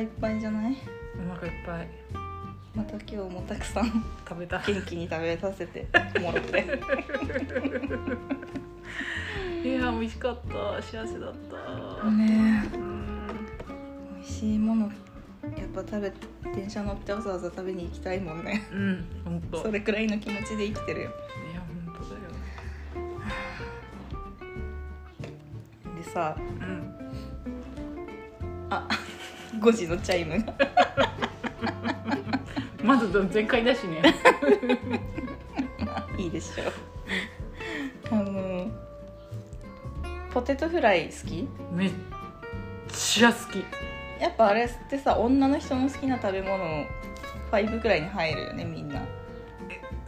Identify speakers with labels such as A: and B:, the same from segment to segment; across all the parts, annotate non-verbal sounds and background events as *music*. A: いっぱいじゃない
B: お腹いっぱい
A: また今日もたくさん
B: 食べたい
A: 元気に食べさせてもらって
B: いや美味しかった幸せだった、
A: ね
B: うん
A: 美味しいものやっぱ食べ電車乗ってわざわざ食べに行きたいもんね
B: うん本当
A: それくらいの気持ちで生きてるよ
B: いや本当だよ
A: でさ
B: うん
A: 5時のチャイムが
B: まず全開だしね
A: いいでしょあのポテトフライ好き
B: めっちゃ好き
A: やっぱあれってさ女の人の好きな食べ物5くらいに入るよねみんな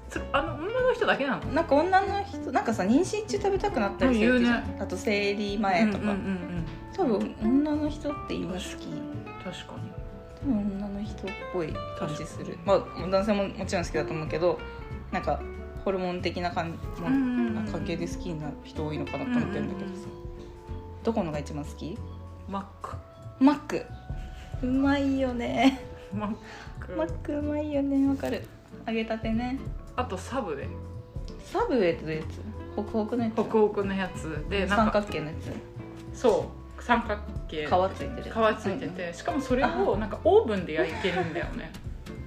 B: それあの女の人だけなの
A: なんか女の人なんかさ妊娠中食べたくなったりするって言うじゃんあと生理前とか、
B: うんうんうん
A: 多分女の人って今好き
B: うん、確かに
A: 多分女の人っぽい感じするまあ男性ももちろん好きだと思うけどなんかホルモン的な感じも
B: ん
A: 関係で好きな人多いのかなと思ってるんだけどさ、どこのが一番好き
B: マック
A: マックうまいよね
B: マック
A: マックうまいよねわかる揚げたてね
B: あとサブで
A: サブウェイってどういうやつホクホクのやつ
B: ホクホクのやつでなん
A: 三
B: か
A: 角形のや
B: そう三角形
A: つ皮ついてる
B: 皮ついてて、しかもそれをなんかオーブンで焼いてるんだよね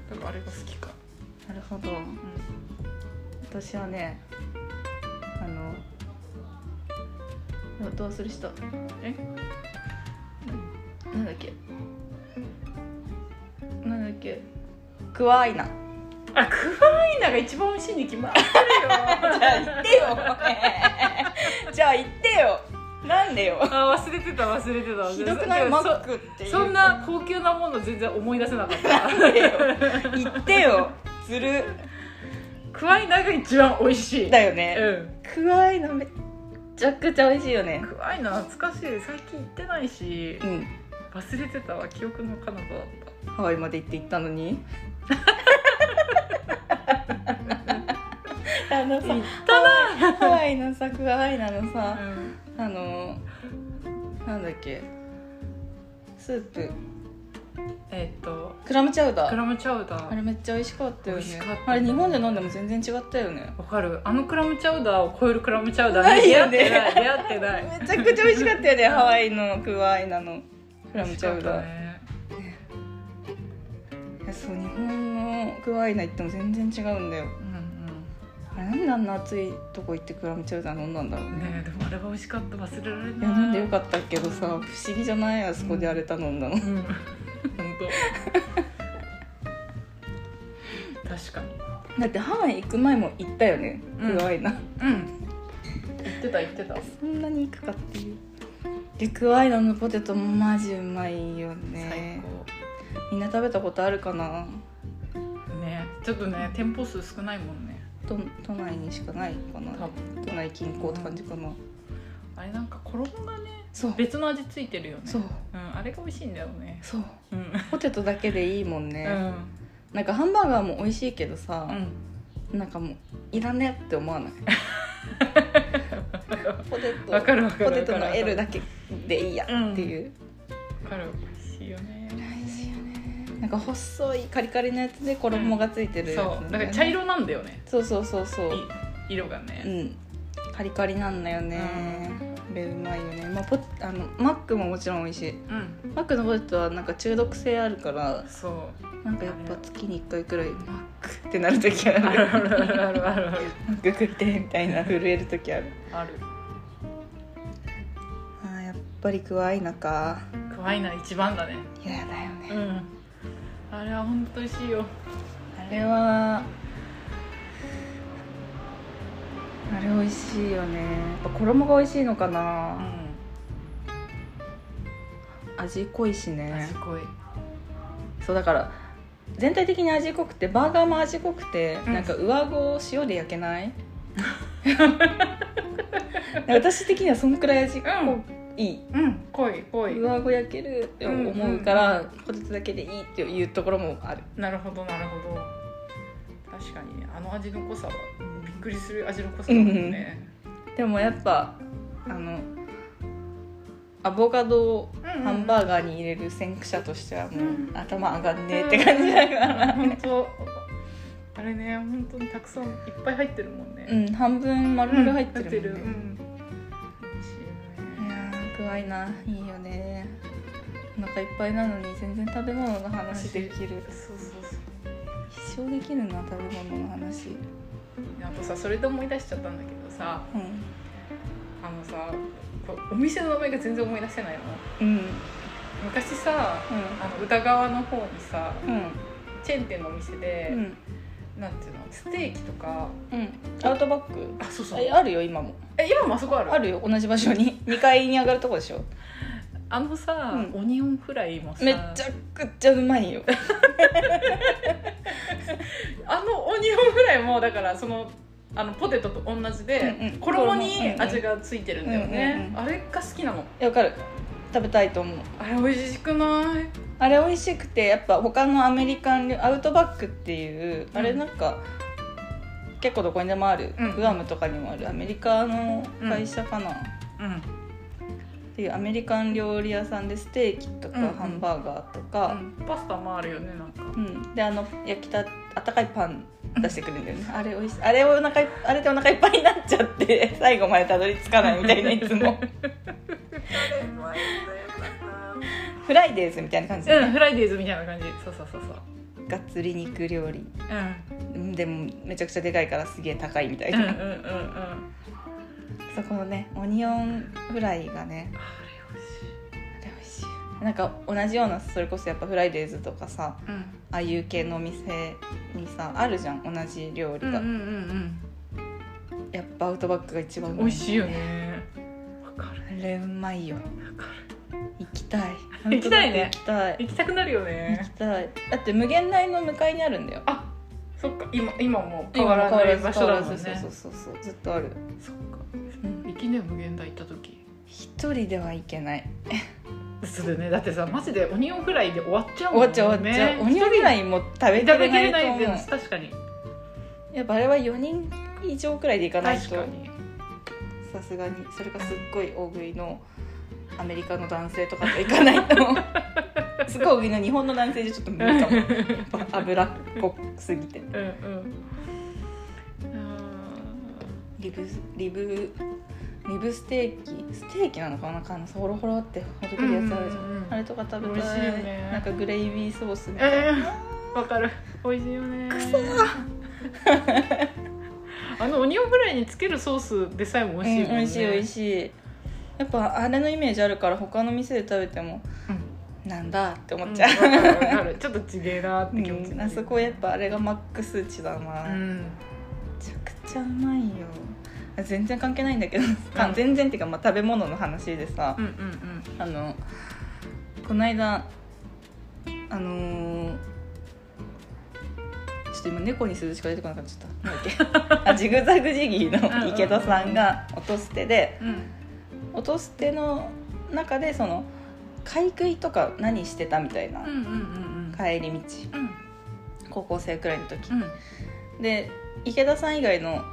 B: だからあれが好きか
A: なるほど、私はねあのどうする人
B: え
A: なんだっけなんだっけクワアイナじ
B: あクワイナが一番美味しいに決まってるよ
A: ゃあ言ってよ *laughs* じゃあ言ってよなんでよ
B: あ *laughs* 忘れてた忘れてた
A: ひどくない
B: そ
A: マックっていう
B: そんな高級なもの全然思い出せなかった
A: なんでよ言ってよずる
B: *laughs* クワイナが一番美味しい
A: だよ
B: う
A: ね、
B: ん
A: クワアイナめっちゃくちゃ美味しいよね
B: クワイナ懐かしい最近行ってないし
A: うん
B: 忘れてたわ記憶の彼方だった
A: ハワイまで行って行ったのに *laughs* あのさ
B: 行っ
A: ハワイのさクアアイナのさ
B: うん
A: あのなんだっけスープ
B: えっと
A: クラムチャウダ
B: ク
A: ー
B: ラムチャウダ
A: あれ
B: ー
A: めっちゃ美味しかったよね
B: 美味しかった
A: あれ日本で飲んでも全然違ったよね
B: わかるあのクラムチャウダーを超えるクラムチャウダー
A: ない
B: に出
A: よ
B: 会っ
A: ね
B: てない出会ってない
A: めちゃくちゃ美味しかったよねハワイのクアアイナのクラムチャウダー、
B: ね
A: いやそう日本のクアアイナ行っても全然違うんだよ
B: う
A: あ
B: ん
A: れなんであんな暑いとこ行ってクラムチャウダー飲んだんだろう
B: うんねえでもあれは美味しかった忘れられない
A: いや飲んでよかったけどさ不思議じゃないあそこであれ頼んだの、
B: うん本当確かに
A: だってハワイ行く前も行ったよね
B: うん
A: クワイナ、
B: うん言ってた言ってた
A: そんなに行くかっていうでクワイナのポテトもマジうまいよねみんな食べたことあるかな
B: 最高ねちょっとね店舗数少ないもんね
A: 都都内にしかないかな
B: 多分
A: 都内近郊って感じかな、
B: あれなんか衣がね
A: そう
B: 別の味ついてるよね
A: そう
B: うん、あれが美味しいんだよね
A: そう
B: うん
A: ポテトだけでいいもんね、
B: うん
A: なんかハンバーガーも美味しいけどさ
B: う、ん
A: なんかもういらねって思わ *laughs* ないポテト
B: わかるわかる
A: ポテト
B: わか
A: の
B: る
A: L だけでいいやっていう、
B: わかる美味しいよね
A: なんか細いカリカリのやつで衣がついてるやつ
B: そ
A: な
B: うん
A: だ
B: だか
A: よ
B: ら
A: ね
B: 茶色なんだよね
A: そうそうそうそう
B: い色が
A: う
B: ね
A: んカリカリなんだよね、でうまいよね、まあ、ポあのマックももちろん美味しい
B: うん
A: マックのポテトはなんか中毒性あるから
B: そう
A: なんかやっぱ月に1回くらいマックってなる時ある
B: あるあるあるあるあるある
A: マック食いてえみたいな震える時ある
B: ある
A: あーやっぱりクワイナか
B: クワイナ一番だね
A: 嫌だよね、
B: うんあれは本当美味しいよ
A: あれはあれ美味しいよねやっぱ衣が美味しいのか
B: う
A: なん味濃いしね
B: 味濃い
A: そうだから全体的に味濃くてバーガーも味濃くて、
B: うん
A: なんか上顎を塩で焼けない *laughs* 私的にはそんくらい味濃い、
B: うん濃い濃い
A: 上顎焼けるって思うから、ポテトだけでいいっていうところもある
B: なるほどなるほど確かにねあの味の濃さはびっくりする味の濃さだ
A: う
B: も
A: んうん
B: んね、
A: でもやっぱあのアボカドをハ
B: ハ
A: ンバーガーに入れる先駆者としてはもう、
B: うん
A: 頭上がんねえって感じだから、
B: 本当あれね本当にたくさんいっぱい入ってるもんね、
A: うん、半分丸々入ってるもん
B: う
A: ね、
B: ん美味しいよ
A: い
B: ね
A: やー具合ないいよねお腹いっぱいなのに全然食べ物の話できる
B: そうそうそう
A: 一生できるな食べ物の話
B: あとさそれで思い出しちゃったんだけどさ
A: うん
B: あのさこうお店の名前が全然思い出せないの
A: うん
B: 昔さあの歌川の方にさ
A: うんうん
B: チェーン店のお店で
A: う、ん
B: なんていうのステーキとか
A: うんアウトバック
B: あそう
A: ああるよ今も
B: え今もあそこある
A: あるよ同じ場所に2階に上がるとこでしょ
B: あのさ、
A: うん
B: オニオンフライもさ
A: めっちゃくちゃうまいよ
B: あのオニオンフライもだからそのあのポテトと同じで、
A: うんうん
B: 衣に味がついてるんだよね、
A: うんうんうん
B: あれが好きなの
A: わかる食べたいと思う
B: あれ美味しくない
A: あれ美味しくてやっぱ他のアメリカン料アウトバックっていうあれなんか、結構どこにでもある、
B: うん
A: グアムとかにもあるアメリカの会社かな、っ
B: うん
A: ていうアメリカン料理屋さんでステーキとか
B: うんうん
A: ハンバーガーとか、
B: パスタもあるよねなんか
A: うんであの焼きたあったかいパン出してくるんだよねあれ美味しいあれをお腹いあれでお腹いっぱいになっちゃって最後までたどり着かないみたいないつ
B: *laughs*
A: もフライデーズみたいな感じで、
B: うん
A: ね
B: フライデーズみたいな感じそうそうそうそう
A: がっつり肉料理
B: うん
A: うんでもめちゃくちゃでかいからすげえ高いみたい
B: うんうんうん
A: な、
B: うん
A: そこのねオニオンフライがね
B: あれ美味しい
A: あれ美味しいよなんか同じようなそれこそやっぱフライデーズとかさ
B: うん
A: ああいう系のお店にさあるじゃん同じ料理が、
B: うんうん
A: やっぱアウトバックが一番
B: う
A: うんま
B: 美味しいよねわかる
A: あれうまいよ
B: わか
A: 行きたい
B: 行きたいね
A: 本当だ行きた
B: る
A: い
B: 行きたくなるよ
A: 行
B: ね
A: きたいだって無限大の向かいにあるんだよ
B: あそっか今今も変わらない場所だもんね
A: 変わらずそうそうそうそうずっとある、
B: そっか
A: うん、
B: きね無限大行った時
A: 一人では行けない
B: そうだよねだってさマジでオニオンフライで終わっちゃう
A: 終
B: もん
A: わ
B: ね
A: っちゃう終わっちゃう、オニオンフライも食べき
B: 一人食べ
A: れ
B: き
A: な
B: れない
A: と
B: い
A: 思う
B: です確かに
A: やっぱあれは4人以上くらいでいかない
B: 確
A: と
B: かに
A: さすがにそれがすっごい大食いのアメリカの男性とかと行かないと
B: *laughs*
A: すごい大食いの日本の男性じゃちょっと無理かもやっぱ脂っこすぎて
B: うんうん
A: リブリブリブステーキステーキなのかななんかあのさホロホロってほどけるやつあるじゃん、
B: うんうんうん
A: あれとか食べ
B: 美味
A: た
B: しい
A: い
B: よね
A: なんかグレイビーソースみたいな、
B: えーわかる美味しいよねくそあのオニオンフライにつけるソースでさえも美味しいもん
A: うん美
B: ね
A: 味しい美味
B: い
A: しいやっぱあれのイメージあるから他の店で食べても、なんだって思っちゃう、
B: わかるわかるちょっとちげえなって気持ち
A: う
B: に
A: ん、
B: な
A: あ
B: る
A: そこやっぱあれがマックス値だな、
B: う
A: め
B: ん
A: ちゃくちゃうまいよあ全然関係ないんだけど、か全然っていうか、まあ、食べ物の話でさ
B: う、んうん
A: あのこの間あのーちょっと今猫に数字しか出てこなかったちょっと
B: *laughs*
A: なんだっけあジグザグジギーの池田さんが音捨てで
B: うんうん
A: 音捨ての中でその買い食いとか何してたみたいな、
B: うんうんうん
A: 帰り道
B: うんうん
A: 高校生くらいの時
B: うん
A: で池田さん以外の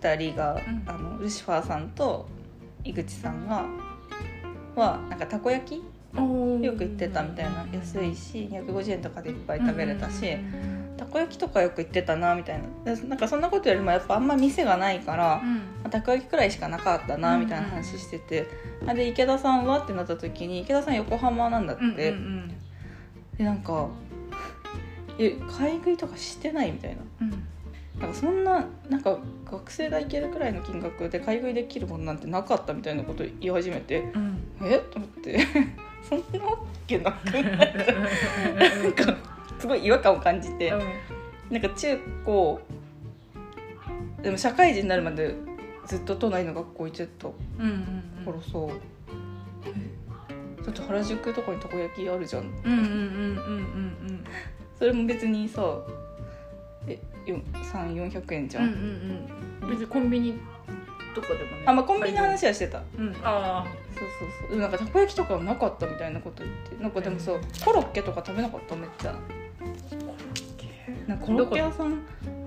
A: 2人が、
B: ん
A: あのルシファーさんと井口さんがはなんかたこ焼きよ
B: よ
A: く行ってたみたいな安いし250円とかでいっぱい食べれたし、たこ焼きとかよく行ってたなみたいなでなんかそんなことよりもやっぱあんま店がないから、まあたこ焼きくらいしかなかったなみたいな話してて、あで池田さんはってなった時に池田さん横浜なんだって、でなんか「え買い食いとかしてない?」みたいな。なんかそんななんか学生が行けるくらいの金額で買い食いできるものなんてなかったみたいなこと言い始めてえと思って *laughs* そんなわけなくないなんかすごい違和感を感じてなんか中高でも社会人になるまでずっと都内の学校行ってた頃そう、だって原宿とかにたこ焼きあるじゃんそれも別にさえ3400円じゃん、
B: 別にコンビニとかでもね
A: あまあコンビニの話はしてた
B: うんあ
A: そうそうそうでもなんかたこ焼きとかはなかったみたいなこと言ってなんかでもさコロッケとか食べなかっためっちゃなんかコロッケ屋さん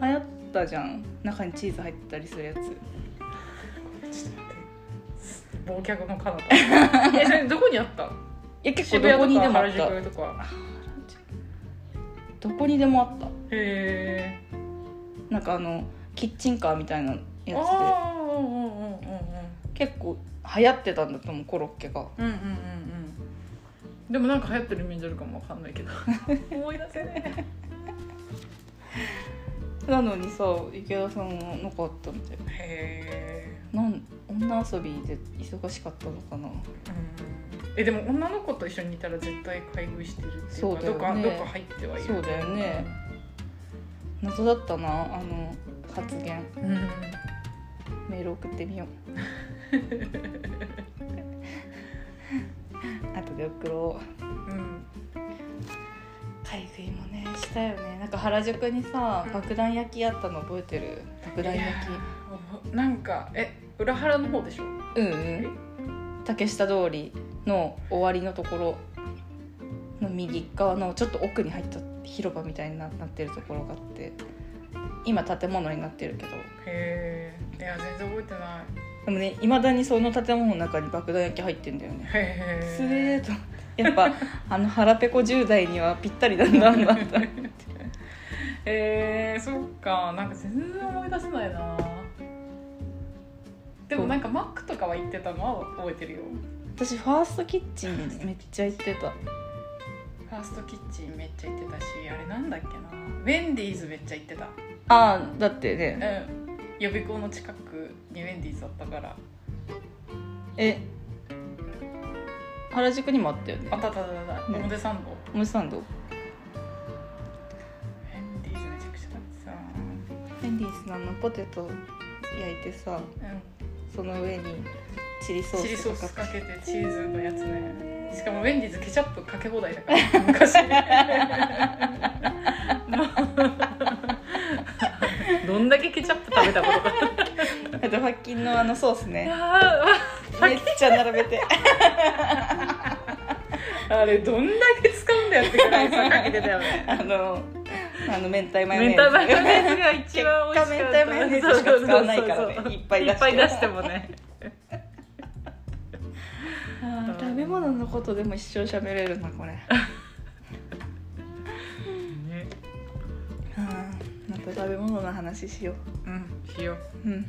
A: 流行ったじゃん中にチーズ入ってたりするやつ
B: あ忘却の彼方えそれどこにあ
A: *laughs*
B: った
A: いや結構
B: 渋
A: どこ
B: 谷
A: に
B: と
A: でも
B: か
A: あっ
B: 原
A: た
B: 宿とか
A: どこにでもあった
B: へえ
A: なんかあのキッチンカーみたいなやつで
B: ああうんうんうんうんうん
A: 結構流行ってたんだと思うコロッケが
B: うんうんうんうんでもなんか流行ってるイメージあるかもわかんな
A: *laughs*
B: いけど思い出せね
A: なのにさ池田さんはなかったみたい
B: えへ
A: なん女遊びで忙しかったのかな
B: ええでも女の子と一緒にいたら絶対買い食いしてるっていうか
A: そうだよ
B: どっか
A: ね
B: どっか入ってはいる
A: そうだよね謎だったなあの発言
B: うんうん
A: メール送ってみ
B: *laughs*
A: よう後で送ろう
B: うん
A: 買い食いもねしたよねなんか原宿にさ
B: うん
A: 爆弾焼きあったの覚えてる爆弾焼
B: いやーなんかえ裏腹の方でしょ
A: きうんうん竹下通りの終わりのところの右側のちょっと奥に入った広場みたいにななってるところがあって今建物になってるけど
B: へえいや全然覚えてない
A: でもねいまだにその建物の中に爆弾焼き入ってんだよね
B: へえ
A: すげえと思ってやっぱ *laughs* あの腹ペコ10代にはぴったりなんだなと思って
B: えー、そっかなんか全然思い出せないなでもなんかマックとかは行ってたのは覚えてるよ
A: 私ファーストキッチンめっちゃ行ってた
B: ファーストキッチンめっちゃ行ってたしあれなんだっけなウェンディーズめっちゃ行ってた
A: ああだってね
B: うん予備校の近くにウェンディーズだったから
A: え原宿にもあったよね
B: あったあったあったあった
A: ね
B: 表参道
A: モジサンド
B: ウェンディーズめちゃくちゃ食べてたな
A: フェンディースのあのポテト焼いてさその上にチリ
B: う
A: ソ
B: んチリ
A: ー
B: ソ
A: ス
B: ー
A: と
B: ス
A: か
B: かけてチーズのやつねしかもウェンディーズケチャップかけ放題だから昔どんだけケチャップ食べたことか
A: あとパッキンのあのソースね
B: あ
A: めっちゃ並べて
B: れどんだけ使うんだよってくらいさかけてたよね
A: あのあの明太マヨネ
B: 明太マ
A: ーズ
B: ヨネーズが一
A: 結
B: 番
A: 果
B: 美味し
A: 明
B: かった
A: 太マヨネーズしか使わないからねいっぱい
B: い
A: 出し
B: っ
A: て
B: ぱい出してもね
A: あー食べ物のことでも一生喋れるなこれあーまた食べ物の話しよ
B: うんしよう
A: ううん